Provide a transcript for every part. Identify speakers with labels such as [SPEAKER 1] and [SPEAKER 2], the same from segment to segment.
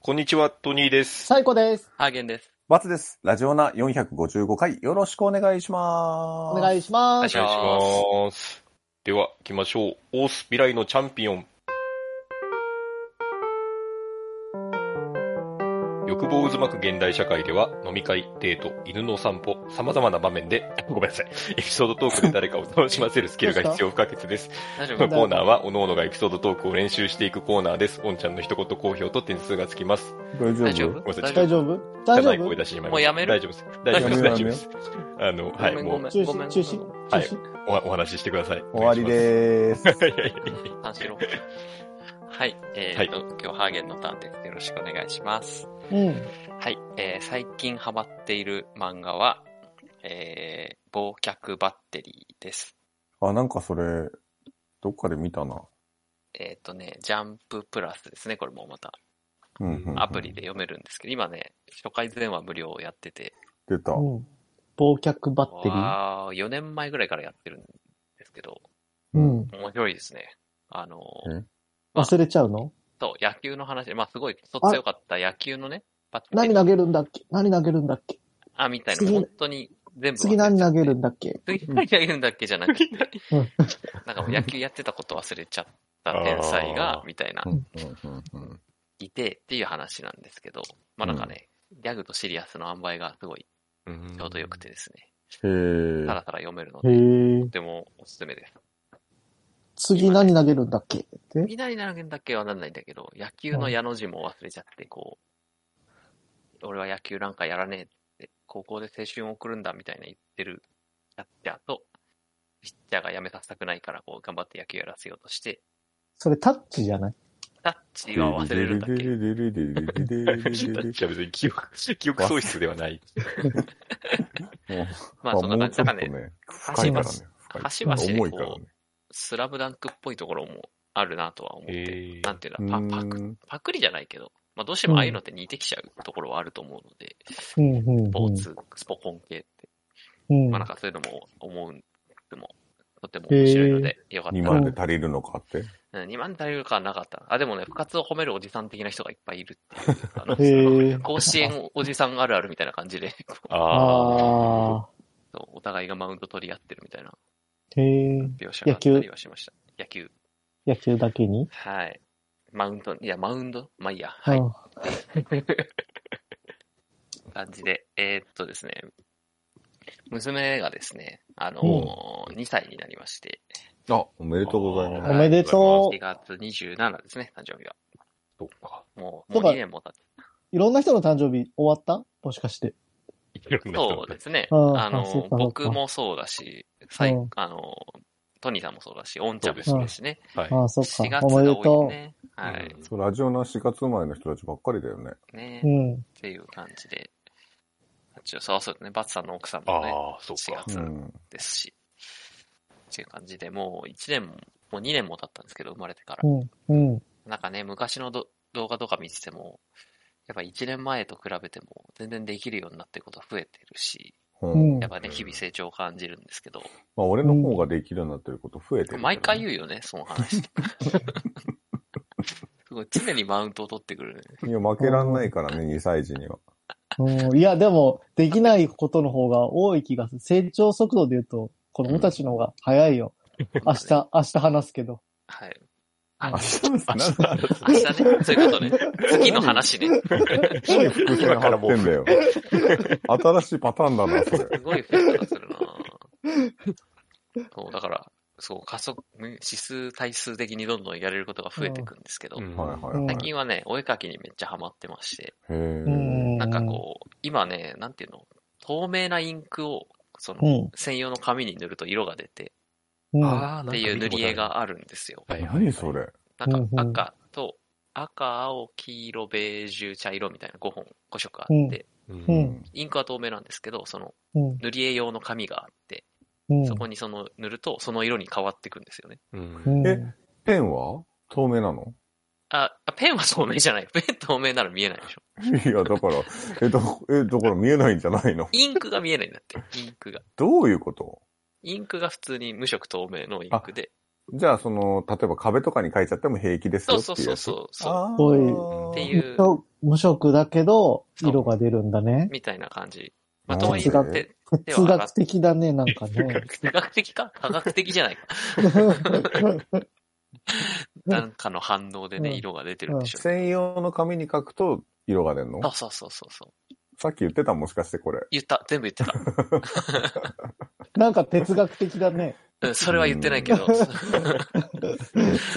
[SPEAKER 1] こんにちは、トニーです。
[SPEAKER 2] 最高です。
[SPEAKER 3] ハーゲンです。
[SPEAKER 4] バツです。ラジオナ455回よろしくお願いしま
[SPEAKER 2] お
[SPEAKER 4] す。
[SPEAKER 2] 願いしま
[SPEAKER 3] お願い
[SPEAKER 2] す
[SPEAKER 3] し。ま
[SPEAKER 1] 願いします。では、行きましょう。オース未来のチャンピオン。欲望渦巻く現代社会では、飲み会、デート、犬のお散歩、様々な場面で、 ごめんなさい、エピソードトークで誰かを楽しませるスキルが必要不可欠 です。
[SPEAKER 3] 大丈
[SPEAKER 1] こ
[SPEAKER 3] 夫
[SPEAKER 1] のコーナーは、おのおのがエピソードトークを練習していくコーナーです。おんちゃんの一言好評と点数がつきます。
[SPEAKER 4] 大丈夫
[SPEAKER 3] 大丈夫
[SPEAKER 1] ごめんなさい
[SPEAKER 2] 大
[SPEAKER 3] 夫
[SPEAKER 2] 丈夫大丈
[SPEAKER 1] 汚い声
[SPEAKER 2] 夫
[SPEAKER 1] 出してしまいました
[SPEAKER 3] もうやめる
[SPEAKER 1] 大丈夫です。大丈夫です。大
[SPEAKER 4] やめ
[SPEAKER 1] 丈夫
[SPEAKER 4] よう
[SPEAKER 1] です。あの、
[SPEAKER 3] ご
[SPEAKER 1] はい、
[SPEAKER 3] めん
[SPEAKER 1] も
[SPEAKER 3] ご
[SPEAKER 1] う
[SPEAKER 3] めん。
[SPEAKER 2] 中
[SPEAKER 3] ごめ
[SPEAKER 2] 止
[SPEAKER 3] ん。
[SPEAKER 2] 中止中
[SPEAKER 1] はい
[SPEAKER 2] 止
[SPEAKER 1] おお話ししてください。
[SPEAKER 4] 終わり
[SPEAKER 1] す。
[SPEAKER 4] でーす。
[SPEAKER 1] いやいやいや
[SPEAKER 3] 三四郎。はい。えーと、今日ハーゲンのターンです。よろしくお願いします。
[SPEAKER 2] うん。
[SPEAKER 3] はい。えー最近ハマっている漫画は、えー、忘却バッテリーです。
[SPEAKER 4] あ、なんかそれ、どっかで見たな。
[SPEAKER 3] えっ、とね、ジャンププラスですね。これもまた
[SPEAKER 4] うんうんうん
[SPEAKER 3] アプリで読めるんですけど、今ね、初回全話無料をやってて、
[SPEAKER 4] 出た。
[SPEAKER 2] うん忘却バッテリー。
[SPEAKER 3] わー4年前ぐらいからやってるんですけど、
[SPEAKER 2] うん。
[SPEAKER 3] 面白いですね。あのー、
[SPEAKER 2] 忘れちゃうの
[SPEAKER 3] そう、野球の話、まあすごい、クソ強かった野球のね、バッテリー
[SPEAKER 2] 何投げるんだっけ何投げるんだっけ
[SPEAKER 3] あ、みたいな、
[SPEAKER 2] 次
[SPEAKER 3] 本当に全部忘れ
[SPEAKER 2] 次
[SPEAKER 3] ちゃって。
[SPEAKER 2] 何投げるんだっけ
[SPEAKER 3] 次何投げるんだっけじゃなくて
[SPEAKER 2] うん、
[SPEAKER 3] なんかもう野球やってたこと忘れちゃった天才
[SPEAKER 1] あ
[SPEAKER 3] が
[SPEAKER 1] ー、
[SPEAKER 3] みたいな
[SPEAKER 4] う、んうんうんうん
[SPEAKER 3] いてっていう話なんですけど、まあなんかね、ギャグとシリアスの塩梅がすごいちょうど良くて。ですね、
[SPEAKER 4] へー
[SPEAKER 3] たらたら読めるの
[SPEAKER 2] へ
[SPEAKER 3] で、
[SPEAKER 2] ー
[SPEAKER 3] とてもおすすめです。
[SPEAKER 2] 次何投げるんだっけで
[SPEAKER 3] みなりなげんだっけはなんないんだけど、野球の矢の字も忘れちゃって、こう、俺は野球なんかやらねえって、高校で青春を送るんだみたいな言ってるキャッチャーと、ピッチャーが辞めさせたくないから、こう、頑張って野球やらせようとして、
[SPEAKER 2] それタッチじゃない
[SPEAKER 3] タッチは忘れるんだっけ
[SPEAKER 1] いや別に記憶、 記憶喪失ではない。
[SPEAKER 4] もう
[SPEAKER 3] まあ、そんな感
[SPEAKER 4] もう
[SPEAKER 3] じ。
[SPEAKER 4] ちょ
[SPEAKER 3] な
[SPEAKER 4] っ
[SPEAKER 3] んか
[SPEAKER 4] とね
[SPEAKER 3] ね、、
[SPEAKER 4] 深いからね。
[SPEAKER 3] 端
[SPEAKER 4] 深
[SPEAKER 3] 々
[SPEAKER 4] い
[SPEAKER 3] で
[SPEAKER 4] 重いから
[SPEAKER 3] こう、スラムダンクっぽいところもあるなとは思って、
[SPEAKER 1] へえ
[SPEAKER 3] なんていうの、パパク
[SPEAKER 4] ね。
[SPEAKER 3] パクリじゃないけど、まあ、どうしてもああいうのって似てきちゃうところはあると思うので、
[SPEAKER 2] うんうんうん。
[SPEAKER 3] スポーツ、スポコン系って。
[SPEAKER 2] うん
[SPEAKER 3] まあなんかそういうのも思うんでも、とても面白いので、よかった
[SPEAKER 4] 2
[SPEAKER 3] ら。
[SPEAKER 4] 万で足りるのかって。
[SPEAKER 3] うん2万足りるかはなかった。あ、でもね、部活を褒めるおじさん的な人がいっぱいいる っていう。あの
[SPEAKER 2] へー
[SPEAKER 3] 甲子園おじさんあるあるみたいな感 じで、こう
[SPEAKER 1] あ
[SPEAKER 2] あ
[SPEAKER 3] そうお互いがマウント取り合ってるみたいな
[SPEAKER 2] ー。へー
[SPEAKER 3] 描写があったりはしました。野球。
[SPEAKER 2] 野球だけに
[SPEAKER 3] はい。マウント、いや、マウンドまあいい
[SPEAKER 2] う
[SPEAKER 3] や。はい。
[SPEAKER 2] ん
[SPEAKER 3] 感じで。えーっとですね。娘がですね、あの2歳になりまして、
[SPEAKER 4] あ、おめでとうございます。
[SPEAKER 2] おめでと
[SPEAKER 3] 4月27ですね、誕生日が。
[SPEAKER 1] そうか。
[SPEAKER 3] もう、
[SPEAKER 2] そう
[SPEAKER 3] もう
[SPEAKER 2] か
[SPEAKER 3] 2年も経って。
[SPEAKER 2] う。いろんな人の誕生日終わったもしかして。
[SPEAKER 1] いろんな人
[SPEAKER 3] そうですね。
[SPEAKER 2] あー
[SPEAKER 3] あ
[SPEAKER 2] あそう
[SPEAKER 3] の
[SPEAKER 2] か、そ
[SPEAKER 3] 僕
[SPEAKER 2] うか
[SPEAKER 3] もそうだし、さい
[SPEAKER 2] うん
[SPEAKER 3] あの、トニーさんもそうだし、オンちゃんも
[SPEAKER 1] そ
[SPEAKER 3] そうう
[SPEAKER 1] で
[SPEAKER 3] だしね。
[SPEAKER 1] はい。
[SPEAKER 2] ああ、そっ
[SPEAKER 3] 4
[SPEAKER 2] か。
[SPEAKER 3] 月
[SPEAKER 2] おめ
[SPEAKER 3] が
[SPEAKER 2] で
[SPEAKER 3] 多い
[SPEAKER 2] と
[SPEAKER 3] ね。はい。
[SPEAKER 4] そうラジオナ4月生まれの人たちばっかりだよね。
[SPEAKER 3] ね
[SPEAKER 2] う。うん。
[SPEAKER 3] っていう感じで。一応そうそうですね。バツさんの奥さんもね、
[SPEAKER 1] ああ、そうか。
[SPEAKER 4] う。
[SPEAKER 3] そうんですし。っていう感じで、もう1年も、もう2年も経ったんですけど、生まれてから
[SPEAKER 2] う。ん。うん。
[SPEAKER 3] なんかね、昔のど動画とか見てても、やっぱ1年前と比べても全然できるようになってること増えてるし、
[SPEAKER 4] うん
[SPEAKER 2] うん
[SPEAKER 3] やっぱね、日々成長を感じるんですけど、
[SPEAKER 4] まあ、俺の方ができるようになってること増えてるけどね、
[SPEAKER 3] 毎回言うよね、その 話。すごい、常にマウントを取ってくるね。
[SPEAKER 4] いや、負けらんないからね、2歳児には。
[SPEAKER 2] うん、いや、でも、できないことの方が多い気がする。成長速度で言うと、子供たちの方が早いよ。明日、明日話すけど。
[SPEAKER 3] はい。
[SPEAKER 4] 明
[SPEAKER 3] あ
[SPEAKER 4] 日です
[SPEAKER 3] 明
[SPEAKER 4] ね。
[SPEAKER 3] 日ね、そういうことね。次の話ね。
[SPEAKER 4] 何伏線張って んだよ。新しいパターンだな、それ。
[SPEAKER 3] すごいフェがするなぁそう、だから、そう、加速、ね指数、対数的にどんどんやれることが増えていくんですけど、
[SPEAKER 1] うん
[SPEAKER 4] はいはいはい
[SPEAKER 3] 最。近はね、お絵描きにめっちゃハマってまして、
[SPEAKER 4] へ
[SPEAKER 2] う
[SPEAKER 4] ー
[SPEAKER 2] ん。
[SPEAKER 3] なんかこう、今ね、なんていうの、透明なインクを、その、
[SPEAKER 2] うん。
[SPEAKER 3] 専用の紙に塗ると色が出て、
[SPEAKER 2] うん。
[SPEAKER 1] ああ、
[SPEAKER 3] っていう塗り絵。があるんですよ。
[SPEAKER 1] はい
[SPEAKER 4] 何それ。
[SPEAKER 3] なんか
[SPEAKER 2] うんうん
[SPEAKER 3] 赤と赤、青、黄色、ベージュ、茶色みたいな5本、5色あって、
[SPEAKER 1] うん
[SPEAKER 2] う
[SPEAKER 4] うんん。
[SPEAKER 3] インクは透明なんですけど、その
[SPEAKER 2] うん。
[SPEAKER 3] 塗り絵用の紙があって、
[SPEAKER 2] うん。
[SPEAKER 3] そこにその塗るとその色に変わっていくんですよね。
[SPEAKER 1] うん
[SPEAKER 2] うん。
[SPEAKER 4] えペンは透明なの
[SPEAKER 3] あ、あペンは透明じゃない。 ペン透明なら見えないでしょ。
[SPEAKER 4] いや、だから、え、だえだから見えないんじゃないの
[SPEAKER 3] インクが見えないんだって、インクが。
[SPEAKER 4] どういうこと
[SPEAKER 3] インクが普通に無色透明のインクで。
[SPEAKER 4] じゃあ、その、例えば壁とかに書いちゃっても平気です
[SPEAKER 3] そ
[SPEAKER 4] よ
[SPEAKER 3] う
[SPEAKER 4] っ
[SPEAKER 3] そう
[SPEAKER 4] てい
[SPEAKER 3] そう
[SPEAKER 4] うやつ。
[SPEAKER 3] そう。そう
[SPEAKER 4] あー
[SPEAKER 2] そう
[SPEAKER 3] って
[SPEAKER 2] き
[SPEAKER 3] い
[SPEAKER 2] っ
[SPEAKER 3] う。
[SPEAKER 2] と無色だけど、
[SPEAKER 3] そう
[SPEAKER 2] 色が出るんだね。
[SPEAKER 3] みたいな感じ。まあ、
[SPEAKER 4] なる
[SPEAKER 3] と
[SPEAKER 4] ほ
[SPEAKER 3] は
[SPEAKER 4] ど
[SPEAKER 3] い
[SPEAKER 4] ね
[SPEAKER 3] え、て手は
[SPEAKER 2] 哲
[SPEAKER 3] 洗っ
[SPEAKER 2] 学的だね、なんかね。
[SPEAKER 3] 科学的か科学的じゃないか。なんかの反応でね、
[SPEAKER 2] うん
[SPEAKER 3] 色が出てるんでしょうね。
[SPEAKER 4] 専用の紙に書くと色が出るの
[SPEAKER 3] そうそうそうそうそう。
[SPEAKER 4] さっき言ってたもしかしてこれ。
[SPEAKER 3] 言った。全部言ってた。
[SPEAKER 2] なんか哲学的だね。
[SPEAKER 3] うんそれは言ってないけど。
[SPEAKER 4] 哲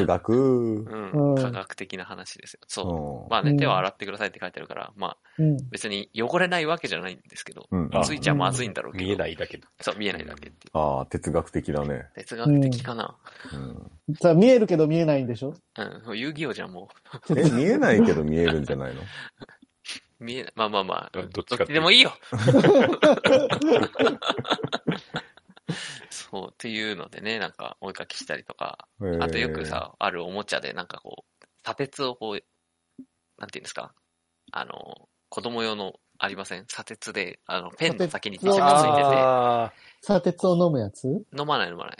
[SPEAKER 4] 学。
[SPEAKER 3] うん。
[SPEAKER 2] うん
[SPEAKER 3] 科学的な話ですよ。
[SPEAKER 4] う
[SPEAKER 3] そ
[SPEAKER 4] ん
[SPEAKER 3] う。まあ
[SPEAKER 2] う
[SPEAKER 3] ね、
[SPEAKER 2] ん
[SPEAKER 3] 手を洗ってくださいって書いてあるから、まあ
[SPEAKER 2] うん。
[SPEAKER 3] 別に汚れないわけじゃないんですけど、
[SPEAKER 4] うん
[SPEAKER 1] あ
[SPEAKER 3] ついちゃまずいんだろうけど。
[SPEAKER 1] 見えないだけど。
[SPEAKER 3] そう、見えないだけっていう。
[SPEAKER 4] ああ、哲学的だね。
[SPEAKER 3] 哲学的かな。
[SPEAKER 4] うん
[SPEAKER 2] さあ見えるけど見えないんでしょ
[SPEAKER 3] うん、もう遊戯王じゃんも
[SPEAKER 4] え、見えないけど見えるんじゃないの
[SPEAKER 3] う、見えない。まあまあまあ、
[SPEAKER 1] どどっ
[SPEAKER 3] ど
[SPEAKER 1] ち
[SPEAKER 3] っ
[SPEAKER 1] か
[SPEAKER 3] ち
[SPEAKER 1] って
[SPEAKER 3] でもいいよ そう、っていうのでね、なんかお絵かきしたりとか、 あとよくさ、あるおもちゃでなんかこう、砂鉄をこう、なんていうんですか、あの、子供用のありません砂鉄で、あの、ペンの先に磁石
[SPEAKER 2] 砂鉄
[SPEAKER 3] ついてて、
[SPEAKER 1] あ
[SPEAKER 2] 砂鉄を飲むやつ
[SPEAKER 3] 飲まない飲ま ない。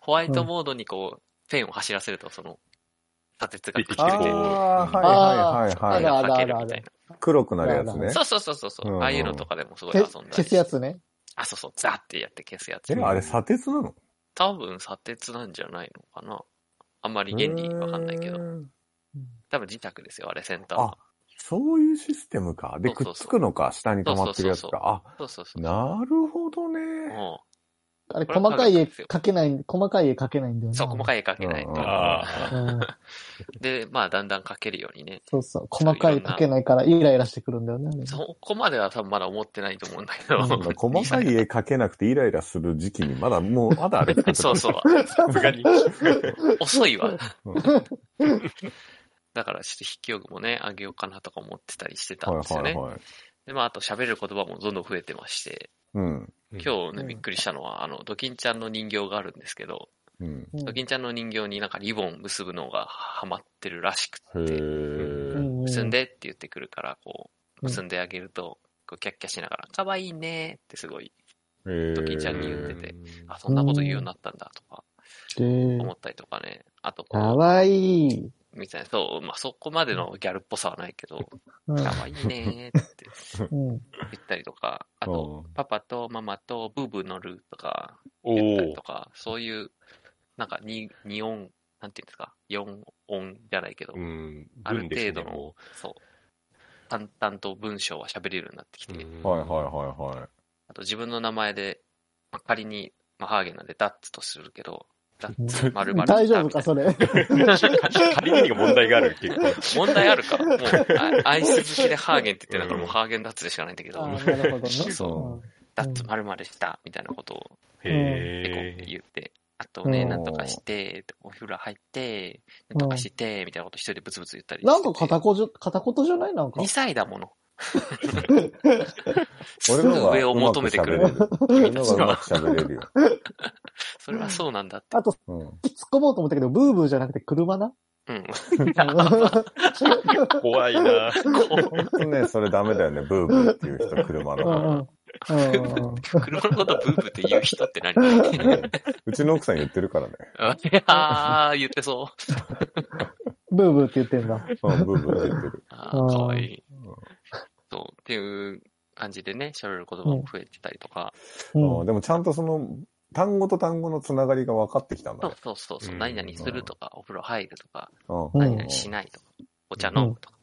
[SPEAKER 3] ホワイトボードにこう、ペンを走らせると、その、砂鉄がくっつ
[SPEAKER 4] えー。
[SPEAKER 3] けて、
[SPEAKER 4] ああ、
[SPEAKER 1] うん
[SPEAKER 4] は
[SPEAKER 2] あ
[SPEAKER 4] い
[SPEAKER 2] ー
[SPEAKER 4] はいはい
[SPEAKER 2] あ
[SPEAKER 4] は
[SPEAKER 2] る
[SPEAKER 3] かけるみたい
[SPEAKER 4] い。黒くなるやつね
[SPEAKER 3] な。。そうそうそうそうそう、
[SPEAKER 4] うん
[SPEAKER 3] ああいうのとかでもすごい
[SPEAKER 2] け
[SPEAKER 3] 遊んだり
[SPEAKER 2] 消すやつね。
[SPEAKER 3] あ、そうそう、ザーってやって消すやつ
[SPEAKER 4] え、。あれ砂鉄なの
[SPEAKER 3] 多分砂鉄なんじゃないのかな。あんまり原理わかんないけど
[SPEAKER 4] う。ーん
[SPEAKER 3] 多分磁石ですよ、あれ、先端
[SPEAKER 4] あ
[SPEAKER 3] は。、
[SPEAKER 4] そういうシステムか。で、
[SPEAKER 3] そうそう
[SPEAKER 4] くっ
[SPEAKER 3] そう
[SPEAKER 4] つくのか、下に溜まってるやつ
[SPEAKER 3] そうそう
[SPEAKER 4] か。あ、
[SPEAKER 3] そうそうそう。
[SPEAKER 4] なるほどね。
[SPEAKER 3] も
[SPEAKER 2] あれ、
[SPEAKER 3] これ
[SPEAKER 2] 細かい絵
[SPEAKER 3] これ
[SPEAKER 2] 描けない、細かい絵描けないんだよ
[SPEAKER 3] う、
[SPEAKER 2] ね。
[SPEAKER 3] そう、細かい絵描けない
[SPEAKER 4] うん
[SPEAKER 1] あ。
[SPEAKER 3] と。
[SPEAKER 1] ああ。
[SPEAKER 2] うん
[SPEAKER 3] で、まあ、だんだん描けるようにね。
[SPEAKER 2] そうそう。細かい絵描けないからイライラしてくるんだよね。あれ
[SPEAKER 3] そこまでは多分まだ思ってないと思うんだけ
[SPEAKER 2] う
[SPEAKER 3] ど。
[SPEAKER 2] ん
[SPEAKER 4] 細かい絵描けなくてイライラする時期に、まだもう、まだあれ
[SPEAKER 3] そうそう。
[SPEAKER 1] さすがに。
[SPEAKER 3] 遅いわ
[SPEAKER 4] う。
[SPEAKER 3] だから、ちょっと筆記用具もね、あげようかなとか思ってたりしてた
[SPEAKER 4] は
[SPEAKER 3] んですよ
[SPEAKER 4] いはい
[SPEAKER 3] ね。
[SPEAKER 4] はい。
[SPEAKER 3] で、まあ、あと喋る言葉もどんどん増えてまして、
[SPEAKER 4] うん。
[SPEAKER 3] 今日ね、
[SPEAKER 2] うん
[SPEAKER 3] びっくりしたのは、あの、ドキンちゃんの人形があるんですけど、
[SPEAKER 4] うん。
[SPEAKER 2] うん
[SPEAKER 3] ドキンちゃんの人形になんかリボン結ぶのがハマってるらしく
[SPEAKER 4] へ
[SPEAKER 3] て、
[SPEAKER 2] う
[SPEAKER 4] ー。
[SPEAKER 2] ん
[SPEAKER 3] 結んでって言ってくるから、
[SPEAKER 2] う
[SPEAKER 3] こう、
[SPEAKER 2] ん
[SPEAKER 3] 結んであげると、こうキャッキャしながら、かわいいねってすごい、
[SPEAKER 4] ド
[SPEAKER 3] キちゃんに言っててあ、そんなこと言うようになったんだとか
[SPEAKER 2] で
[SPEAKER 3] 思ったりとかね、あと
[SPEAKER 2] か
[SPEAKER 3] こ
[SPEAKER 2] わいい。
[SPEAKER 3] う、みたいな、そう、まあそこまでのギャルっぽさはないけど、
[SPEAKER 2] う
[SPEAKER 3] かわいいねって
[SPEAKER 2] ん。うん
[SPEAKER 3] 言ったりとか、あと、パパとママとブーブー乗るとか、
[SPEAKER 1] お
[SPEAKER 3] やったり
[SPEAKER 1] お
[SPEAKER 3] と。か、そういう、なんか2、二音、なんていうんですか、4音じゃないけど、
[SPEAKER 1] うん。
[SPEAKER 3] ある
[SPEAKER 1] 文ですね
[SPEAKER 3] 程度の
[SPEAKER 1] も
[SPEAKER 3] そう。淡々と文章は喋れるようになってき
[SPEAKER 1] う
[SPEAKER 3] て、
[SPEAKER 1] うん
[SPEAKER 4] はいはいはいはい。
[SPEAKER 3] あと自分の名前で、まあ仮に、まあ、ハーゲンなんでダッツとするけど、ダッツ、丸々
[SPEAKER 2] 大丈夫か、それ。
[SPEAKER 1] 仮にが問題がある結構。
[SPEAKER 3] 問題あるかもう、あアイス好きでハーゲンって言ってたから、もうハーゲンダッツでしかないんだけど、
[SPEAKER 2] あーなるほどね。
[SPEAKER 4] そ
[SPEAKER 3] ダッツ丸々した、みたいなことをペコって
[SPEAKER 1] へえ。
[SPEAKER 3] 言って、あと
[SPEAKER 2] う
[SPEAKER 3] ね、
[SPEAKER 2] ん
[SPEAKER 3] なんとかして、お風呂入って、なんとかして、みたいなこと一人でブツブツ言ったり
[SPEAKER 2] うん。なんか
[SPEAKER 3] してて
[SPEAKER 2] 片言じゃ、片言じゃないなんか
[SPEAKER 3] 2。歳だもの。す
[SPEAKER 4] 俺
[SPEAKER 3] ぐ
[SPEAKER 4] の方が
[SPEAKER 3] 上を求めてく
[SPEAKER 4] うま
[SPEAKER 3] る。
[SPEAKER 4] く喋れる。俺の方がうまく喋れるよ。
[SPEAKER 3] それはそうなんだって。
[SPEAKER 2] あと、
[SPEAKER 4] うん。
[SPEAKER 2] 突っ込もうと思ったけど、ブーブーじゃなくて車 な。
[SPEAKER 3] うん。
[SPEAKER 2] う
[SPEAKER 1] 怖いな。
[SPEAKER 4] 本当ね、それダメだよね。ブーブーっていう人、車
[SPEAKER 2] んう
[SPEAKER 4] の。
[SPEAKER 2] ん。うん
[SPEAKER 3] 車のことブーブーって言う人って何
[SPEAKER 4] ねうちの奥さん言ってるからね。
[SPEAKER 3] あー、言ってそう。
[SPEAKER 2] ブーブーって言ってんだ。
[SPEAKER 4] うん、ブーブーって言ってる。
[SPEAKER 3] あ
[SPEAKER 2] う
[SPEAKER 3] ー、
[SPEAKER 2] ん
[SPEAKER 3] かわいい
[SPEAKER 4] ん。
[SPEAKER 3] そう、っていう感じでね、喋る言葉も増えてたりとか、
[SPEAKER 2] うん
[SPEAKER 4] うんでもちゃんとその、単語と単語のつながりが分かってきたんだね。
[SPEAKER 3] そうそうそう、
[SPEAKER 1] うん
[SPEAKER 3] 何々するとか、お風呂入るとか、
[SPEAKER 4] うん
[SPEAKER 2] うん
[SPEAKER 3] 何々しないとか、お茶飲むとか、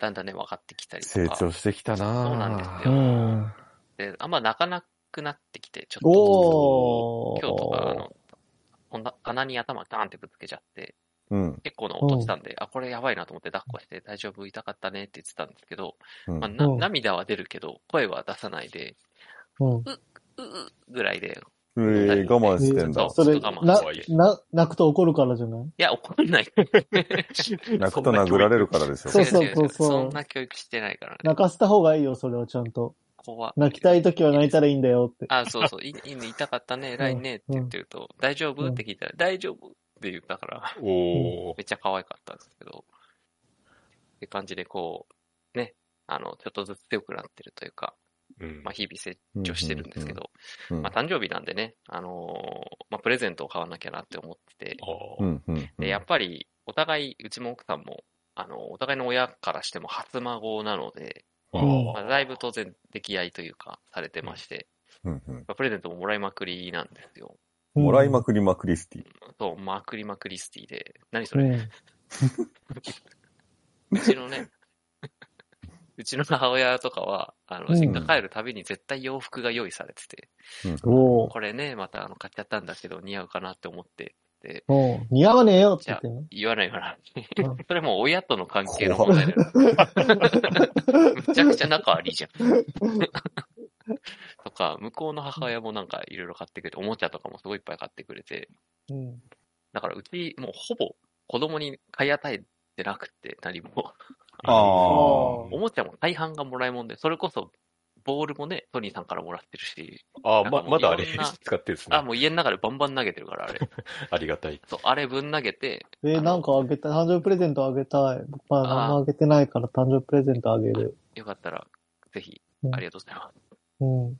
[SPEAKER 3] だんだんね、分かってきたりとか。
[SPEAKER 4] 成長してきたなぁ
[SPEAKER 3] そうなんです
[SPEAKER 2] う
[SPEAKER 3] よ
[SPEAKER 2] ん。
[SPEAKER 3] で、あんま泣かなくなってきて、ちょっと
[SPEAKER 2] おー。
[SPEAKER 3] ずつ。今日とか、あの、こんな穴に頭ガーンってぶつけちゃって、
[SPEAKER 4] うん。
[SPEAKER 3] 結構な音したんで、あ、これやばいなと思って抱っこして、大丈夫、痛かったねって言ってたんですけど、
[SPEAKER 4] うん
[SPEAKER 3] まあ、な
[SPEAKER 2] うん
[SPEAKER 3] 涙は出るけど、声は出さないで、
[SPEAKER 2] うん。
[SPEAKER 3] ううぐらいで、
[SPEAKER 4] えー、我慢してんだ。
[SPEAKER 2] それ、
[SPEAKER 3] ちょっと我慢
[SPEAKER 2] な
[SPEAKER 3] 怖い、
[SPEAKER 2] な、泣くと怒るからじゃない
[SPEAKER 3] いや、怒んない。
[SPEAKER 4] 泣くと殴られるからでしょ。
[SPEAKER 2] そうそう
[SPEAKER 3] 違違
[SPEAKER 2] そうそう
[SPEAKER 3] そんな教育してないからね。
[SPEAKER 2] 泣かせた方がいいよ、それはちゃんと。
[SPEAKER 3] 怖い
[SPEAKER 2] 泣きたい時は泣いたらいいんだよって。
[SPEAKER 3] あ、そうそう、い いいね、痛かったね、偉いねって言ってると、大丈夫
[SPEAKER 2] うん
[SPEAKER 3] って聞いたら、大丈夫って言ったから、
[SPEAKER 1] おお。
[SPEAKER 3] めっちゃ可愛かったんですけど、って感じでこう、ね、あの、ちょっとずつ強くなってるというか、
[SPEAKER 1] うん
[SPEAKER 3] まあ、日々成長してるんですけど、
[SPEAKER 4] うん
[SPEAKER 3] まあ、誕生日なんでね、あのーまあ、プレゼントを買わなきゃなって思ってて、
[SPEAKER 1] あ
[SPEAKER 4] うんうんうん
[SPEAKER 3] で、やっぱり、お互い、うちも奥さんも、あの、お互いの親からしても初孫なので、
[SPEAKER 2] うん
[SPEAKER 3] まあ、だいぶ当然溺愛というか、されてまして、
[SPEAKER 4] うんうん
[SPEAKER 3] まあプレゼントももらいまくりなんですよ。
[SPEAKER 4] もらい
[SPEAKER 2] す。
[SPEAKER 4] まくりまくりスティ。
[SPEAKER 3] そう、まくりまくりスティで、何それ、
[SPEAKER 2] うん。
[SPEAKER 3] うちの ね、うちの母親とかは、あの、
[SPEAKER 2] うん
[SPEAKER 3] 実家帰るたびに絶対洋服が用意されてて、
[SPEAKER 2] おー
[SPEAKER 3] これね、またあの買っちゃったんだけど似合うかなって思って、
[SPEAKER 2] おー似合わねえよって言ってんの
[SPEAKER 3] 言わないか
[SPEAKER 2] う。
[SPEAKER 3] らそれもう親との関係の問題だよ。むちゃくちゃ仲悪いじゃん。 とか、向こうの母親もなんかいろいろ買ってくれて、おもちゃとかもすごいいっぱい買ってくれて、
[SPEAKER 2] うん。
[SPEAKER 3] だからうちもうほぼ子供に買い与えてなくて、何も。
[SPEAKER 2] あ
[SPEAKER 3] おもちゃも大半がもらいもんで、それこそ、ボールもね、トニーさんからもらってるし、
[SPEAKER 1] ああ、ま、
[SPEAKER 3] なんかもう
[SPEAKER 1] まだあれ
[SPEAKER 3] いろんな
[SPEAKER 1] 使ってるんですね
[SPEAKER 3] あ、。もう家の中でバンバン投げてるから、あれ。
[SPEAKER 1] ありが たい。
[SPEAKER 3] そう、あれぶん投げて、
[SPEAKER 2] え
[SPEAKER 3] あの
[SPEAKER 2] ー、なんかあげたい。誕生日プレゼントあげたい。僕は何もあげてないから誕生日プレゼントあげる。
[SPEAKER 3] よかったら、ぜひ
[SPEAKER 2] う、ん
[SPEAKER 3] ありがとうございます。
[SPEAKER 2] うん。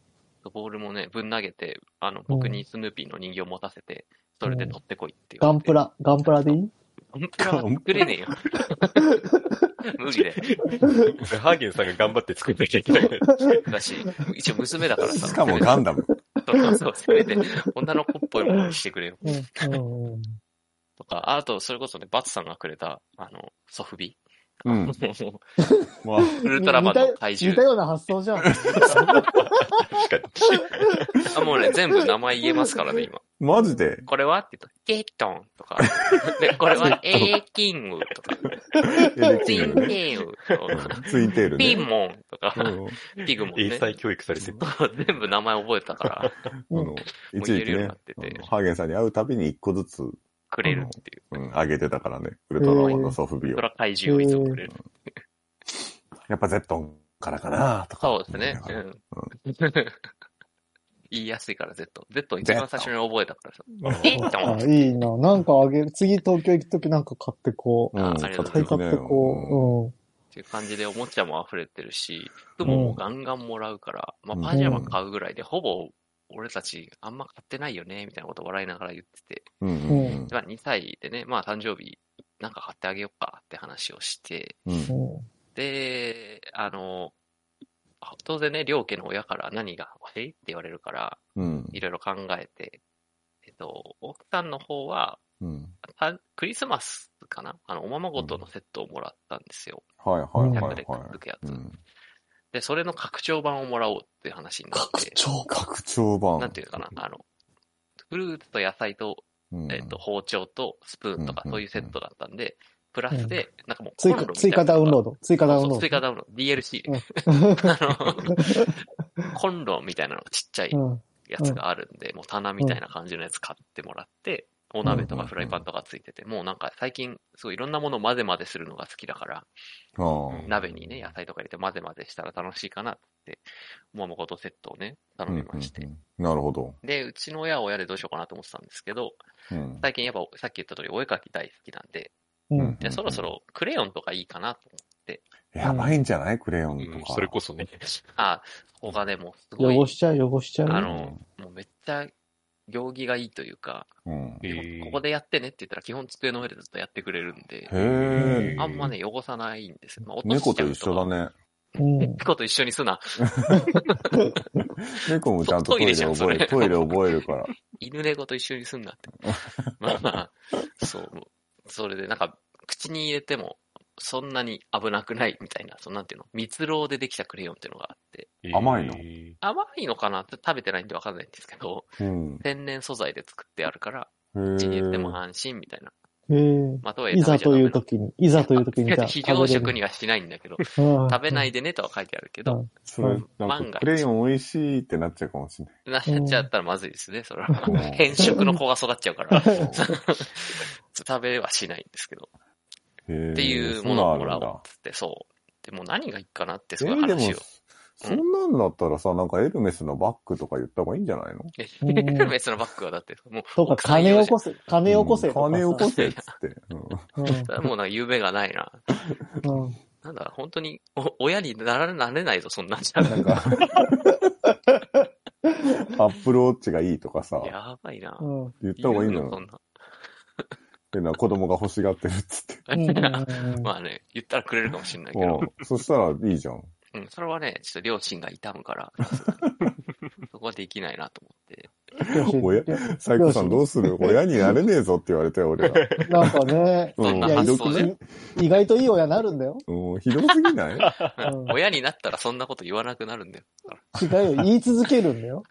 [SPEAKER 3] ボールもね、ぶん投げて、あの、僕にスヌーピーの人形を持たせて、それで取ってこいって言
[SPEAKER 2] ガ
[SPEAKER 3] われ
[SPEAKER 2] ン
[SPEAKER 3] て
[SPEAKER 2] プ。ラ、ガンプラでいい
[SPEAKER 3] ガンプラは作れねえよ。 無理だよ。
[SPEAKER 1] ハーゲンさんが頑張って作んなきゃいけない。
[SPEAKER 3] だし、一応娘だからさ。
[SPEAKER 4] しかもガンダム。
[SPEAKER 3] そうそうそう、せめて、女の子っぽいものにしてくれよ。
[SPEAKER 2] うん。うんうん。
[SPEAKER 3] とか、ああと、それこそね、バツさんがくれた、あの、ソフビ。
[SPEAKER 4] うん。まあ、
[SPEAKER 3] ウルトラマンの怪
[SPEAKER 2] 似た
[SPEAKER 3] 獣。
[SPEAKER 2] ような発想じゃん。
[SPEAKER 1] 確かに。
[SPEAKER 3] あ、もうね、全部名前言えますからね、今。
[SPEAKER 4] マジで。
[SPEAKER 3] これはって言ったら、ケイトンとか。で、これは、エーキングとか、
[SPEAKER 4] エレ
[SPEAKER 3] ツ
[SPEAKER 4] キ
[SPEAKER 3] イ
[SPEAKER 4] ン
[SPEAKER 3] ン
[SPEAKER 4] グね
[SPEAKER 3] テールとか、
[SPEAKER 4] ツインテール
[SPEAKER 3] ピ
[SPEAKER 4] ね。
[SPEAKER 3] ンモンとか、
[SPEAKER 4] うん
[SPEAKER 3] ピグモン
[SPEAKER 1] 英
[SPEAKER 3] ね。
[SPEAKER 1] 才教育されてる。
[SPEAKER 3] 全部名前覚えた から、
[SPEAKER 4] あの、
[SPEAKER 3] う
[SPEAKER 4] 一時
[SPEAKER 3] 言える
[SPEAKER 4] 期
[SPEAKER 3] ように
[SPEAKER 4] ね
[SPEAKER 3] なってて、
[SPEAKER 4] あのハーゲンさんに会うたびに一個ずつ、
[SPEAKER 3] くれるっていう。
[SPEAKER 4] うん、あげてたからね。ウルトラマンのソフビ
[SPEAKER 3] ウ
[SPEAKER 4] を
[SPEAKER 3] ルト。ラ怪獣をいつもくれる。
[SPEAKER 4] やっぱゼットンからかなとか。
[SPEAKER 3] そうですね。うん。 言いやすいから、Z。Z 一番最初に覚えたからさ。えっと思っ
[SPEAKER 2] あ
[SPEAKER 3] て
[SPEAKER 2] いいな。なんかあげる。次東京行くときなんか買ってこう。
[SPEAKER 4] うん。
[SPEAKER 3] あありがとうござ
[SPEAKER 2] 買
[SPEAKER 3] い
[SPEAKER 2] い
[SPEAKER 3] ま
[SPEAKER 2] 買ってこ
[SPEAKER 3] っていう感じでおもちゃも溢れてるし、服ももうガンガンもらうから、まあパジャマ買うぐらいで、ほぼ俺たちあんま買ってないよね、みたいなこと笑いながら言ってて、
[SPEAKER 4] うんうん
[SPEAKER 3] まあ2歳でね、まあ誕生日なんか買ってあげようかって話をして、
[SPEAKER 4] うん。うん
[SPEAKER 2] う。うん。
[SPEAKER 3] で、あの、当然ね、両家の親から何が欲しいって言われるから、
[SPEAKER 4] うん
[SPEAKER 3] いろいろ考えて、えっと、奥さんの方は、
[SPEAKER 4] うん。
[SPEAKER 3] たクリスマスかなあの、おままごとのセットをもらったんですよ。
[SPEAKER 4] はいはいは
[SPEAKER 3] 100で
[SPEAKER 4] い
[SPEAKER 3] くっ
[SPEAKER 4] は
[SPEAKER 3] つくや
[SPEAKER 4] い。
[SPEAKER 3] つ、
[SPEAKER 4] うん
[SPEAKER 3] で、それの拡張版をもらおうっていう話になって、
[SPEAKER 4] 張拡張版。
[SPEAKER 3] なんていうのかな、あの、フルーツと野菜と、
[SPEAKER 4] うん
[SPEAKER 3] えっと、包丁とスプーンとか、
[SPEAKER 4] うん
[SPEAKER 3] そういうセットだったんで、プラスで、なんかもうコ
[SPEAKER 2] 追
[SPEAKER 3] ロ
[SPEAKER 2] 加
[SPEAKER 3] ロ、みたい
[SPEAKER 2] 追
[SPEAKER 3] な
[SPEAKER 2] 加
[SPEAKER 3] のが、
[SPEAKER 2] ダウンロード。追加ダウン
[SPEAKER 3] そ
[SPEAKER 2] ロ
[SPEAKER 3] う
[SPEAKER 2] ー
[SPEAKER 3] 追加ダウンロード。DLC。あの、コンロみたいなの、ちっちゃい
[SPEAKER 2] ド。うん。
[SPEAKER 3] やつがあるんで、もう棚みたいな感じのやつ買ってもらって、お鍋とかフライパンとかついてて、もうなんか最近、すごいいろんなものを混ぜ混ぜするのが好きだから、
[SPEAKER 4] あー
[SPEAKER 1] うん
[SPEAKER 3] 鍋にね、野菜とか入れて混ぜ混ぜしたら楽しいかなって、ももことセットをね、頼みまして
[SPEAKER 4] うん。うんうんなるほど。
[SPEAKER 3] で、うちの親は親でどうしようかなと思ってたんですけど、
[SPEAKER 4] うん
[SPEAKER 3] 最近やっぱさっき言った通りお絵描き大好きなんで、
[SPEAKER 2] うん。
[SPEAKER 3] じゃあそろそ。ろクレヨンとかいいかなと思って。
[SPEAKER 4] やばいんじゃないクレヨン
[SPEAKER 1] うん
[SPEAKER 4] とか。
[SPEAKER 1] それこそね。
[SPEAKER 3] あ、ここがね、もうすごい、
[SPEAKER 2] 汚しちゃう、汚しちゃ
[SPEAKER 3] あ
[SPEAKER 2] う。
[SPEAKER 3] の、もうめっちゃ行儀がいいというか、
[SPEAKER 4] うん。
[SPEAKER 1] え
[SPEAKER 4] へ
[SPEAKER 1] ー
[SPEAKER 3] ここでやってねって言ったら基本机の上でずっとやってくれるんで、
[SPEAKER 4] え。
[SPEAKER 3] あんまね、汚さないんですよ。まあ、
[SPEAKER 4] 猫と一緒だ
[SPEAKER 3] ね。
[SPEAKER 4] ね。
[SPEAKER 2] うん。
[SPEAKER 3] 猫と一緒にすな。
[SPEAKER 4] 猫もちゃんとト
[SPEAKER 3] トイ
[SPEAKER 4] イレ覚え
[SPEAKER 3] レじゃん
[SPEAKER 4] る、トイレ覚えるから。
[SPEAKER 3] 犬猫と一緒にすんな って。まあまあ、そう。それでなんか、口に入れても、そんなに危なくないみたいな、そのなんていうの、蜜蝋でできたクレヨンっていうのがあって、
[SPEAKER 4] 甘いの
[SPEAKER 1] え
[SPEAKER 3] 甘いのかなって食べてないんでわかんないんですけど、
[SPEAKER 4] うん。
[SPEAKER 3] 天然素材で作ってあるから、
[SPEAKER 4] へ
[SPEAKER 3] 口に入れて
[SPEAKER 4] ー
[SPEAKER 3] も安心みたいな。
[SPEAKER 2] え
[SPEAKER 3] まあ、とは
[SPEAKER 2] え
[SPEAKER 3] いえ
[SPEAKER 2] いざという
[SPEAKER 3] 食
[SPEAKER 2] 時に、いざという時に
[SPEAKER 3] べちゃダメなの。
[SPEAKER 2] じ
[SPEAKER 3] 非
[SPEAKER 2] ゃあ
[SPEAKER 3] 常
[SPEAKER 2] 食べ
[SPEAKER 3] 食
[SPEAKER 2] れる
[SPEAKER 3] にはしないんだけど、
[SPEAKER 2] うん
[SPEAKER 3] 食べないでねとは書いてあるけど、
[SPEAKER 4] それ、な
[SPEAKER 3] 万
[SPEAKER 4] ん
[SPEAKER 3] が
[SPEAKER 4] か
[SPEAKER 3] 一
[SPEAKER 4] クレヨン美味しいってなっちゃうかもしれない。
[SPEAKER 3] なっちゃったらまずいですね、それは
[SPEAKER 4] うん。
[SPEAKER 3] 変色の子が育っちゃうから。食べはしないんですけど。
[SPEAKER 4] っ
[SPEAKER 3] っていうものをもらおうっつって、そう。でも何がいいかなってすごい
[SPEAKER 4] えー
[SPEAKER 3] 話
[SPEAKER 4] で
[SPEAKER 3] を
[SPEAKER 4] も。そんなんだったらさ、なんかエルメスのバッグとか言った方がいいんじゃないの
[SPEAKER 3] え
[SPEAKER 2] うん
[SPEAKER 3] エルメスのバッグはだって、もう、
[SPEAKER 2] とか、金を起こせ、金を起こせ
[SPEAKER 4] う
[SPEAKER 2] とかさ。
[SPEAKER 4] ん金起こせっつって。
[SPEAKER 3] もうなんか夢がないな。
[SPEAKER 2] うん。うん
[SPEAKER 3] なんだ、本当に、お親にならなれないぞ、そんなんじゃ。
[SPEAKER 4] うんなんか、 アップルウォッチがいいとかさ、
[SPEAKER 3] やばいな。
[SPEAKER 2] うん。
[SPEAKER 4] 言った方がいいんじゃ
[SPEAKER 3] 言う
[SPEAKER 4] な
[SPEAKER 3] そ
[SPEAKER 4] い
[SPEAKER 3] んな。
[SPEAKER 4] っていうのは子供が欲しがってるっつって。
[SPEAKER 2] うんうん うん
[SPEAKER 3] まあね、言ったらくれるかもしれないけど、
[SPEAKER 4] うん。そしたらいいじゃん。
[SPEAKER 3] うん、それはね、ちょっと両親が痛 むから、そこはできないなと思って。
[SPEAKER 4] 親
[SPEAKER 2] 両親
[SPEAKER 4] サイコさんどうする親になれねえぞって言われたよ、俺ら。
[SPEAKER 2] なんかね、
[SPEAKER 4] うん
[SPEAKER 3] そん
[SPEAKER 2] い
[SPEAKER 3] な
[SPEAKER 2] や
[SPEAKER 3] 発
[SPEAKER 4] ひど
[SPEAKER 3] 想
[SPEAKER 4] く
[SPEAKER 3] で、
[SPEAKER 4] ね
[SPEAKER 2] 意外といい親になるんだよ。
[SPEAKER 4] うん、ひどす ぎない
[SPEAKER 2] うん
[SPEAKER 3] 親になったらそんなこと言わなくなるんだよ。
[SPEAKER 2] 違うよ、言い続けるんだよ。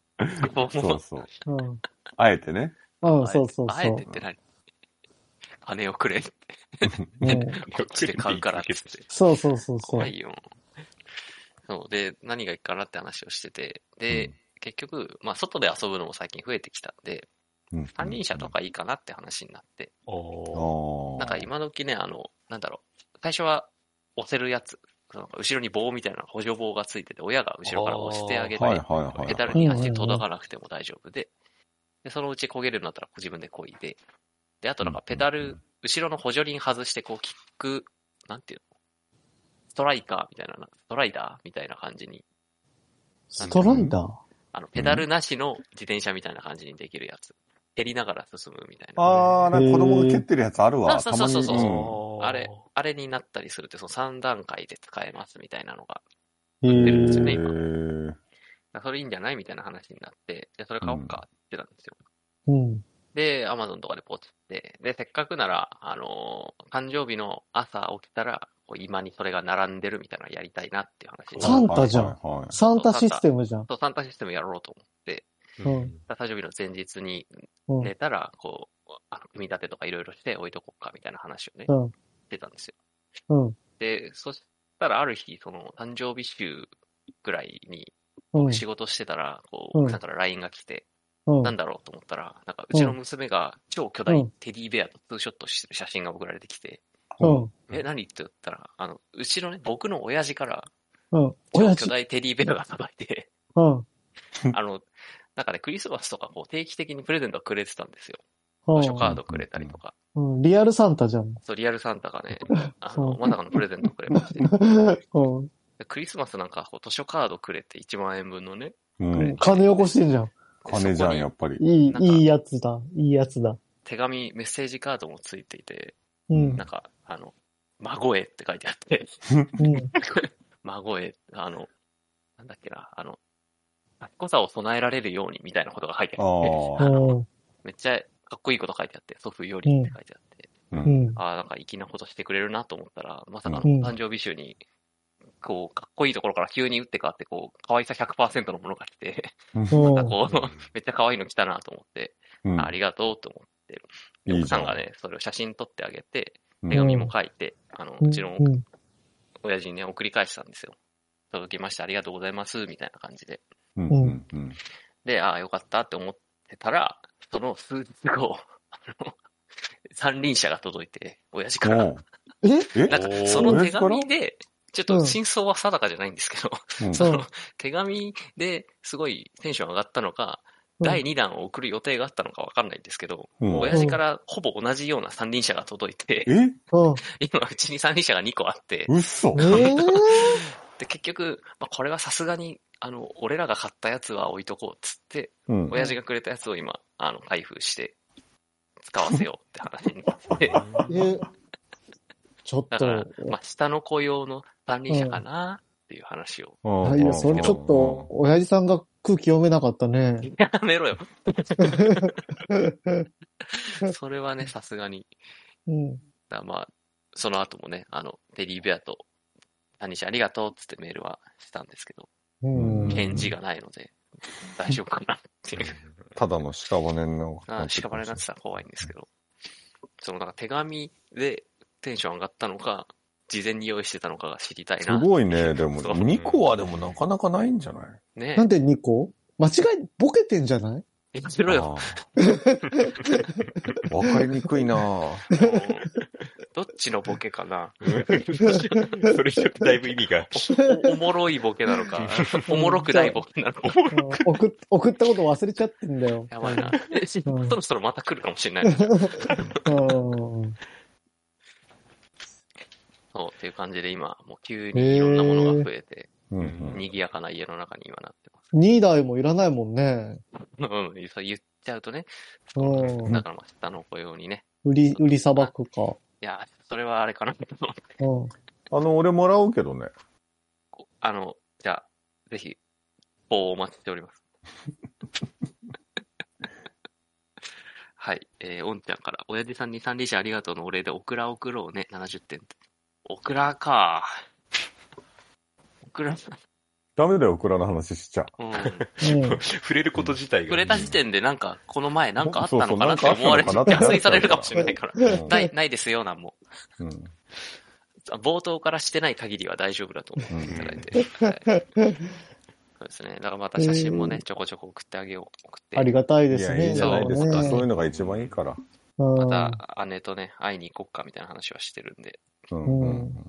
[SPEAKER 4] そうそう。
[SPEAKER 2] うん。
[SPEAKER 4] あえてね。
[SPEAKER 2] うん、そうそう
[SPEAKER 3] あえ
[SPEAKER 2] そう
[SPEAKER 3] て。って何金をくれ、こ
[SPEAKER 2] うん
[SPEAKER 1] こ
[SPEAKER 3] っちで買うからっつって。
[SPEAKER 2] そうそうそうそう。
[SPEAKER 3] 怖いよ。そう。で、何がいいかなって話をしてて、で、
[SPEAKER 4] うん
[SPEAKER 3] 結局、まあ、外で遊ぶのも最近増えてきたんで、
[SPEAKER 4] うん。
[SPEAKER 3] 三輪車とかいいかなって話になって、
[SPEAKER 4] あ
[SPEAKER 1] おー
[SPEAKER 4] ー。
[SPEAKER 3] なんか今時ね、あの、なんだろう、最初は押せるやつ、その後ろに棒みたいな補助棒がついてて、親が後ろから押してあげて、
[SPEAKER 4] はいはいはい。
[SPEAKER 3] ペダルに足届かなくても大丈夫で、で、そのうち焦げるようになったら自分で漕いで、で、あとなんかペダ
[SPEAKER 4] うんうんう
[SPEAKER 3] ル、後ろの補助輪外して、こう、キック、なんていうのストライカーみたいな、ストライダーみたいな感じに、
[SPEAKER 2] ストライダー
[SPEAKER 3] あの、ペダルなしの自転車みたいな感じにできるやつ。蹴りながら進むみたいな。
[SPEAKER 4] あー、なんか子供が蹴ってるやつあるわ。
[SPEAKER 3] そ
[SPEAKER 4] た
[SPEAKER 3] うそ
[SPEAKER 4] ま
[SPEAKER 3] う
[SPEAKER 4] に。
[SPEAKER 3] そうそう
[SPEAKER 4] うん
[SPEAKER 3] あれ、あれになったりするって、その3段階で使えますみたいなのが、
[SPEAKER 2] へ
[SPEAKER 3] 出るんですよ
[SPEAKER 2] ー
[SPEAKER 3] ね
[SPEAKER 4] へ
[SPEAKER 3] 今
[SPEAKER 4] ー
[SPEAKER 3] あそれいいんじゃないみたいな話になって、じゃあそれ買おうかってなったんですよ。
[SPEAKER 2] うん。
[SPEAKER 3] で、アマゾンとかでポチって、で、せっかくなら、あのー誕生日の朝起きたら、こう今にそれが並んでるみたいなのやりたいなっていう話に
[SPEAKER 2] サ
[SPEAKER 3] なって
[SPEAKER 2] ンタじゃん
[SPEAKER 4] はいはいはい
[SPEAKER 2] サンタシステムじゃん。
[SPEAKER 3] そうサンタシステムやろうと思って、
[SPEAKER 2] うん
[SPEAKER 3] 誕生日の前日に
[SPEAKER 2] うん。
[SPEAKER 3] 寝たら、こう、あの組み立てとかいろいろして置いとこうかみたいな話をね、
[SPEAKER 2] うん
[SPEAKER 3] してたんですよ。
[SPEAKER 2] うん。
[SPEAKER 3] で、そしたらある日、その誕生日週ぐらいに
[SPEAKER 2] うん。
[SPEAKER 3] 仕事してたら、こ
[SPEAKER 2] う、
[SPEAKER 3] うん奥さんから LINE が来て、
[SPEAKER 2] うん
[SPEAKER 3] なんだろうと思ったら、なんかうちの娘が超巨大テディベアとツーショットしてる写真が送られてきて、
[SPEAKER 2] うん。
[SPEAKER 3] え、何って言ったら、あの、うちのね、僕の親父から、
[SPEAKER 2] うん。
[SPEAKER 3] 超
[SPEAKER 2] 親
[SPEAKER 3] 巨
[SPEAKER 2] 父。
[SPEAKER 3] 大テディベアが届いて、
[SPEAKER 2] うん。
[SPEAKER 3] あの、なんかね、クリスマスとかこう定期的にプレゼントをくれてたんですよ。
[SPEAKER 2] う
[SPEAKER 3] 図
[SPEAKER 2] ん
[SPEAKER 3] 書カードくれたりとか。
[SPEAKER 2] うん。リアルサンタじゃん。
[SPEAKER 3] そう、リアルサンタ がね、あ
[SPEAKER 2] そ
[SPEAKER 3] の、
[SPEAKER 2] う
[SPEAKER 3] まさかのプレゼントくれまして。
[SPEAKER 2] うん。
[SPEAKER 3] でクリスマスなんかこう図書カードくれて1万円分のね、
[SPEAKER 4] うんうん
[SPEAKER 2] 金よこしてんじゃん。
[SPEAKER 4] 金じゃん、や
[SPEAKER 3] よ。
[SPEAKER 4] っぱり。
[SPEAKER 2] いい
[SPEAKER 3] なん、か
[SPEAKER 2] いいやつだ。いいやつだ。
[SPEAKER 3] 手紙、メッセージカードもついていて、
[SPEAKER 2] うん
[SPEAKER 3] な。んか、あの、孫へって書いてあって、
[SPEAKER 2] うん。
[SPEAKER 3] 孫へ、あの、なんだっけな、あの、賢さを備えられるようにみたいなことが書いて
[SPEAKER 4] あ
[SPEAKER 3] あって、
[SPEAKER 4] あ
[SPEAKER 2] う。ん。
[SPEAKER 3] めっちゃかっこいいこと書いてあって、祖父よりって書いてあって、
[SPEAKER 2] うん。
[SPEAKER 3] ああ、なんか粋なことしてくれるなと思ったら、まさかの
[SPEAKER 2] うん
[SPEAKER 3] 誕生日集に、こう、かっこいいところから急に打って変わって、こう、可愛さ100%のものが来て、
[SPEAKER 2] うん
[SPEAKER 3] なんかこう、 めっちゃ可愛いの来たなと思って、
[SPEAKER 4] うん
[SPEAKER 3] ありがとうと思って、
[SPEAKER 4] いい
[SPEAKER 3] 奥
[SPEAKER 4] じ
[SPEAKER 3] さ
[SPEAKER 4] ゃ
[SPEAKER 3] ん
[SPEAKER 4] ん。
[SPEAKER 3] がね、それを写真撮ってあげて、
[SPEAKER 4] うん
[SPEAKER 3] 手紙も書いて、あの、うちの
[SPEAKER 2] うん。
[SPEAKER 3] 親父にね、送り返したんですよ。届きました、ありがとうございます、みたいな感じで。
[SPEAKER 4] うんうんうん
[SPEAKER 3] で、ああ、よかったって思ってたら、その数日後、あの、三輪車が届いて、親父から。
[SPEAKER 4] おう
[SPEAKER 2] え
[SPEAKER 4] え
[SPEAKER 3] なんか、その手紙で、ちょっ
[SPEAKER 2] う
[SPEAKER 3] と
[SPEAKER 2] ん
[SPEAKER 3] 真相は定かじゃないんですけど、
[SPEAKER 4] うん
[SPEAKER 3] その手紙ですごいテンション上がったのか、第2弾を送る予定があったのかわかんないんですけど、
[SPEAKER 4] うん
[SPEAKER 3] 親父からほぼ同じような三輪車が届いて、
[SPEAKER 4] え
[SPEAKER 2] うん。
[SPEAKER 3] 今うちに三輪車が2個あって、
[SPEAKER 4] 嘘
[SPEAKER 2] ええ
[SPEAKER 3] で、結局、まあ、これはさすがに、あの、俺らが買ったやつは置いとこうっつって、
[SPEAKER 4] うん
[SPEAKER 3] 親父がくれたやつを今、あの、開封して、使わせようって話にな って、
[SPEAKER 2] えちょっ
[SPEAKER 3] だ
[SPEAKER 2] と
[SPEAKER 3] か、ら、まあ、下の子用の三輪車かなっていう話を。
[SPEAKER 4] うん
[SPEAKER 2] あいや、それちょっと、親父さんが空気読めなかったね。
[SPEAKER 3] やめろよ。それはね、さすがに。
[SPEAKER 2] うん。
[SPEAKER 3] だからまあ、その後もね、あの、テリーベアと、三輪車ありがとうっつってメールはしたんですけど、
[SPEAKER 2] うん。
[SPEAKER 3] 返事がないので、大丈夫かなっていう。
[SPEAKER 4] ただの下骨の。
[SPEAKER 3] あ屍になってたら怖いんですけど、そのなんか手紙でテンション上がったのか、事前に用意してたのかが知りたい
[SPEAKER 4] す
[SPEAKER 3] な。
[SPEAKER 4] ごいね、でも。
[SPEAKER 3] そう
[SPEAKER 4] 2個はでもなかなかないんじゃない
[SPEAKER 3] ね
[SPEAKER 2] なんで2個間違い、ボケてんじゃない
[SPEAKER 3] え、やめろよ。
[SPEAKER 4] あー わかりにく いなぁ。
[SPEAKER 3] もうどっちのボケかな
[SPEAKER 1] それによってだいぶ意味が。
[SPEAKER 3] おおもろいボケなのか、おもろくないボケなのか。
[SPEAKER 2] うん送っ 送ったこと忘れちゃってんだよ。
[SPEAKER 3] やばいな。えそ
[SPEAKER 2] うん
[SPEAKER 3] ろそろまた来るかもしれない。
[SPEAKER 2] うん。
[SPEAKER 3] そう、っていう感じで今、もう急にいろんなものが増えて、
[SPEAKER 4] うんう
[SPEAKER 1] へー
[SPEAKER 4] ん
[SPEAKER 3] 賑やかな家の中に今なってます。
[SPEAKER 2] 2台もいらないもんね。
[SPEAKER 3] うん、そう言っちゃうとね、
[SPEAKER 2] うん。
[SPEAKER 3] だからまあ下の子用にね、
[SPEAKER 2] 売り、売りさばくか。
[SPEAKER 3] いや、それはあれかなと思って
[SPEAKER 2] うん。
[SPEAKER 4] あの、俺もらおうけどね。
[SPEAKER 3] こうあの、じゃあ、ぜひ、棒をお待ちしております。 はい。えー、おんちゃんから、親父さんに三輪車ありがとうのお礼でオクラ送ろうね、70点。オクラか。オクラ、
[SPEAKER 4] ダメだよ、オクラの話しちゃ。
[SPEAKER 3] うん。
[SPEAKER 2] うん。
[SPEAKER 1] 触れること自体が。
[SPEAKER 3] くれた時点でなんか、この前なんかあったのかなって
[SPEAKER 4] そうそう
[SPEAKER 3] 思われちゃって、
[SPEAKER 4] なんかあったのかなって
[SPEAKER 3] 発言されるかもしれない から。
[SPEAKER 4] うん
[SPEAKER 3] ない、ないですよ、なんも。
[SPEAKER 4] うん。
[SPEAKER 3] 冒頭からしてない限りは大丈夫だと思っていただいて。はいそうですね。だからまた写真もね、ちょこちょこ送ってあげよう。送 って。
[SPEAKER 2] ありがたい
[SPEAKER 4] い
[SPEAKER 2] です
[SPEAKER 4] や、
[SPEAKER 2] ね。
[SPEAKER 4] いいんじゃないですか。
[SPEAKER 2] ね
[SPEAKER 4] そういうのが一番いいから。
[SPEAKER 2] うん
[SPEAKER 3] また姉とね、会いに行こっかみたいな話はしてるんで、
[SPEAKER 4] うん。うん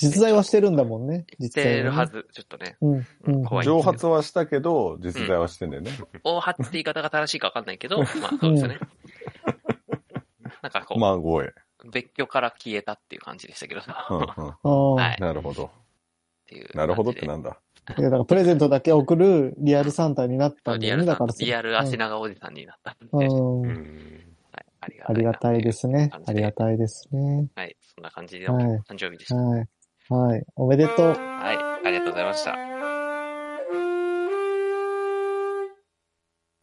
[SPEAKER 2] 実在はしてるんだもんね。
[SPEAKER 3] し
[SPEAKER 2] 実在、
[SPEAKER 3] てるは。ず、ちょっとね、
[SPEAKER 2] うん。うん。
[SPEAKER 3] 怖い
[SPEAKER 4] 蒸発はしたけど、実在はしてんだよね。
[SPEAKER 3] 大発って言い方が正しいか分かんないけど、まあそうですよね。なんかこう、
[SPEAKER 4] まあ、声。
[SPEAKER 3] 別居から消えたっていう感じでしたけど、
[SPEAKER 4] うんう
[SPEAKER 3] っ
[SPEAKER 4] ん。
[SPEAKER 2] ああ、
[SPEAKER 3] はい
[SPEAKER 4] なるほど。
[SPEAKER 3] ていう感じで。
[SPEAKER 4] なるほどってなんだ。
[SPEAKER 2] いやだからプレゼントだけ送るリアルサンタになったんだ
[SPEAKER 3] リア
[SPEAKER 2] よね。
[SPEAKER 3] ルさ
[SPEAKER 2] だ
[SPEAKER 3] ん
[SPEAKER 2] から
[SPEAKER 3] リアル足
[SPEAKER 2] な。
[SPEAKER 3] 長おじさんになったんで、
[SPEAKER 2] う
[SPEAKER 3] はい。
[SPEAKER 2] ん。う
[SPEAKER 1] うんん。
[SPEAKER 2] ありがたいですすね
[SPEAKER 3] 感。じ
[SPEAKER 2] あ
[SPEAKER 3] で
[SPEAKER 2] りがたいですね。
[SPEAKER 3] はい、そんな感じで
[SPEAKER 2] はい
[SPEAKER 3] 誕生日でした。は
[SPEAKER 2] はい。はい。おめでとう。
[SPEAKER 3] い、ありがとうございました。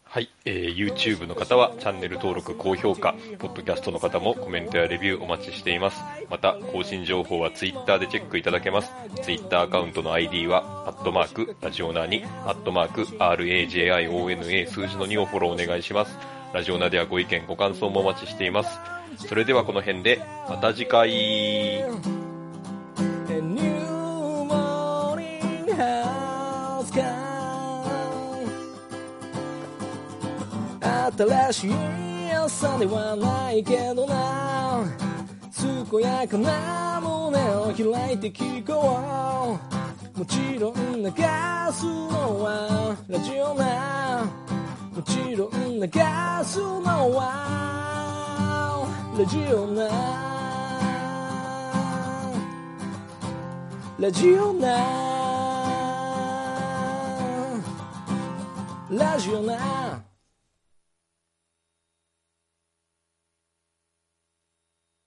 [SPEAKER 1] はい、えー YouTube の方はチャンネル登録、高評価、ポッドキャストの方もコメントやレビューお待ちしています。また、更新情報は Twitter でチェックいただけます。Twitter アカウントの ID は、アットマーク、ラジオナーに、アットマーク、RAJIONA 数字の2をフォローお願いします。ラジオナではご意見、ご感想もお待ちしています。それではこの辺で、また次回。
[SPEAKER 5] A new morning has come 新しい朝ではないけどな健やかな胸を開いて聞こうもちろん流すのはラジオなもちろん流すのはラジオなラジオなラジオな